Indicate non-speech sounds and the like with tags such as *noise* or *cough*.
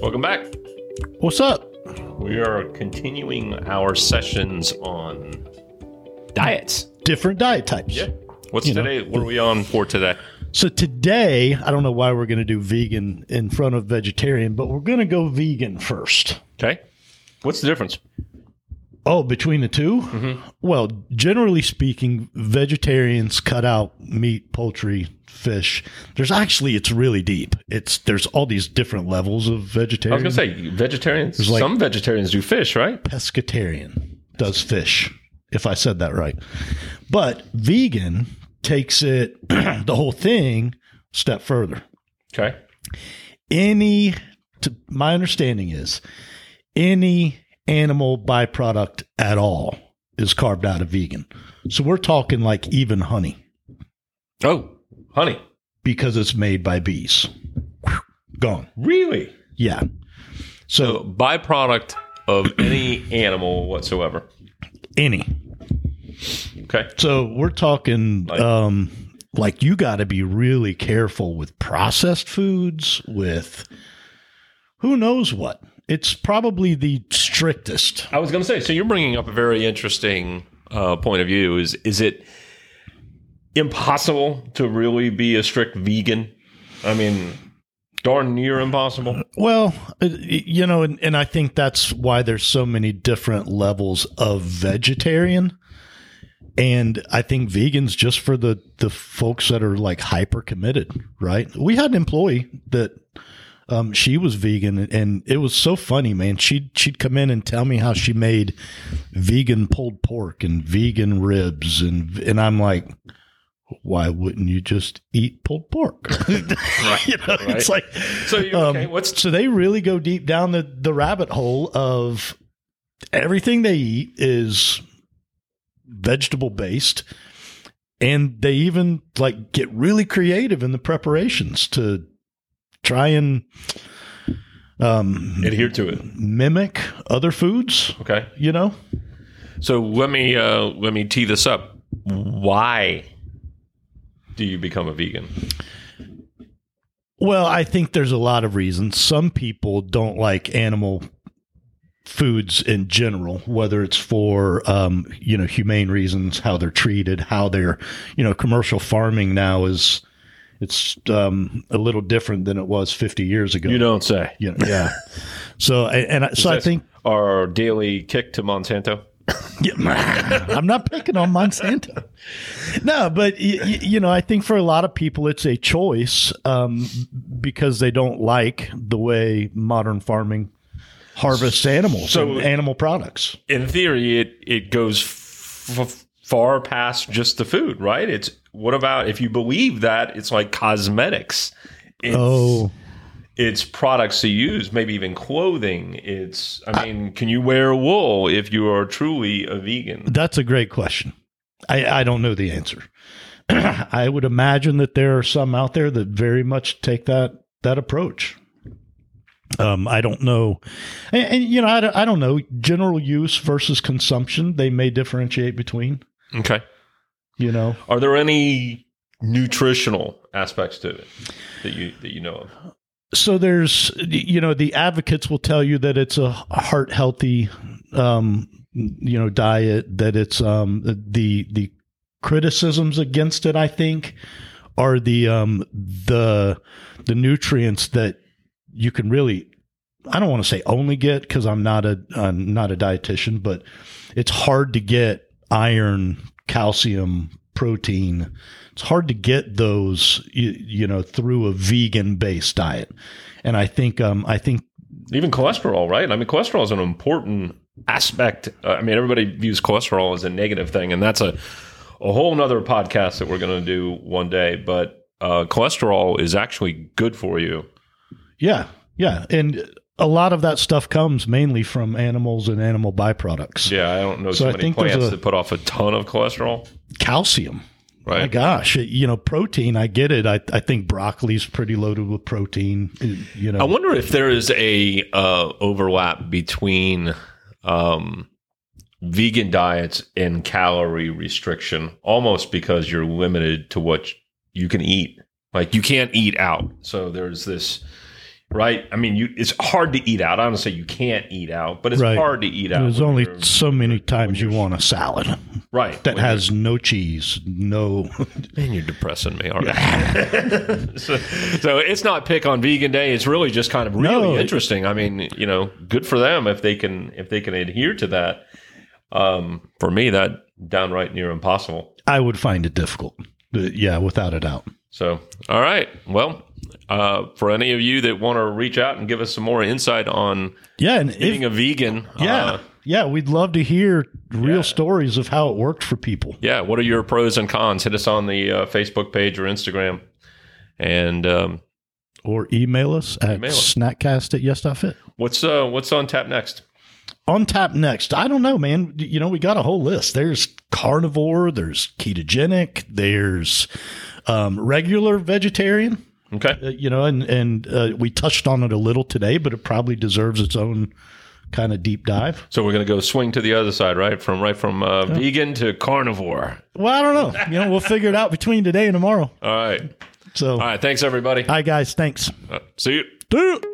Welcome back. What's up? We are continuing our sessions on diets. Different diet types. Yeah. What's You know. today? What are we on for today? So today, I don't know why we're going to do vegan in front of vegetarian, but we're going to go vegan first. Okay. What's the difference? Oh, between the 2 Mm-hmm. Well, generally speaking, vegetarians cut out meat, poultry, fish. There's actually it's really deep. It's there's all these different levels I of was vegetarian. going to say vegetarians. like- some vegetarians do fish, right? pescatarian does fish, if I said that right. But vegan takes it *clears throat* the whole thing a step further. Okay. any to my understanding is any animal byproduct at all is carved out of vegan so we're talking like even honey Oh, honey. because it's made by bees Whew, gone Really? yeah so So, byproduct of any animal whatsoever. any Okay. so we're talking Like- um like you got to be really careful with processed foods with who knows what it's probably the strictest I was going to say. So you're bringing up a very interesting uh, point of view. Is is it impossible to really be a strict vegan? I mean, darn near impossible. Well, uh, you know, and, and I think that's why there's so many different levels of vegetarian. And I think vegans just for the the folks that are like hyper committed, right? We had an employee that um, she was vegan, and it was so funny, man. She'd she'd come in and tell me how she made vegan pulled pork and vegan ribs, and and I'm like, why wouldn't you just eat pulled pork? *laughs* Right, *laughs* you know, it's like So you um, okay? What's so they really go deep down the, the rabbit hole of everything they eat is vegetable based and they even like get really creative in the preparations to try and um adhere to it? mimic other foods Okay. you know So let me uh, let me tee this up. Why do you become a vegan? Well, I think there's a lot of reasons. Some people don't like animal foods in general, whether it's for um, you know humane reasons, how they're treated, how they're you know commercial farming now is it's um, a little different than it was 50 years ago. You don't say. You know, yeah. So I- and I, so I That's think our daily kick to Monsanto. yeah. *laughs* I'm not picking on Monsanto. No, but y- y- you know, I think for a lot of people, it's a choice um, because they don't like the way modern farming harvests animals So- and animal products. in theory, it it goes f- f- far past just the food, right? It's what about if you believe that it's like cosmetics? It's, Oh, it's products to use, maybe even clothing. It's I mean, can you wear wool if you are truly a vegan? that's a great question. I, I don't know the answer. *clears throat* I would imagine that there are some out there that very much take that that approach. Um, I don't know, and, and you know, I don't, I don't know. General use versus consumption, they may differentiate between. Okay. you know Are there any nutritional aspects to it that you that you know of? so there's you know the advocates will tell you that it's a heart healthy um you know diet that it's um the the criticisms against it i think are the um the the nutrients that you can really i don't want to say only get because i'm not a i'm not a dietitian but it's hard to get iron calcium protein it's hard to get those you, you know through a vegan based diet and i think um i think Even cholesterol, right? I mean, cholesterol is an important aspect. Uh, I mean, everybody views cholesterol as a negative thing, and that's a a whole nother podcast that we're going to do one day. But uh, cholesterol is actually good for you. yeah yeah and a lot of that stuff comes mainly from animals and animal byproducts Yeah, I don't know So so I many think there's plants a- that put off a ton of cholesterol. calcium my Right. gosh you know protein i get it i, I think broccoli's pretty loaded with protein you know I wonder if there is a uh, overlap between um, vegan diets and calorie restriction, almost because you're limited to what you can eat. Like you can't eat out, so there's this right? I mean, you it's hard to eat out. I don't say you can't eat out, but it's Right. hard to eat out. There's when only you're- so many times you want a salad right that when you're- has no cheese, no. Man, you're depressing me already. *laughs* so, so it's not pick on vegan day. It's really just kind of really No. interesting. I mean, you know, good for them if they can if they can adhere to that. Um, for me, that downright near impossible. I would find it difficult. But yeah, without a doubt. So, all right. Well, uh, for any of you that want to reach out and give us some more insight on Yeah, and if, being a vegan, yeah, uh, yeah, we'd love to hear real stories of how it worked for people. yeah, what are your pros and cons? Hit us on the uh, Facebook page or Instagram, and um, Or email us at Email us. snackcast at yes.fit. what's uh, what's on tap next? On tap next. I don't know, man. You know, we got a whole list. There's carnivore, there's ketogenic, there's um, regular vegetarian. Okay. uh, you know, and and uh, we touched on it a little today, but it probably deserves its own kind of deep dive. So we're gonna go swing to the other side, right? From right from uh, vegan to carnivore. Well, I don't know. You know, we'll figure it out between today and tomorrow. All right, So, all right. Thanks everybody. hi guys, thanks. Uh, see you. Dude.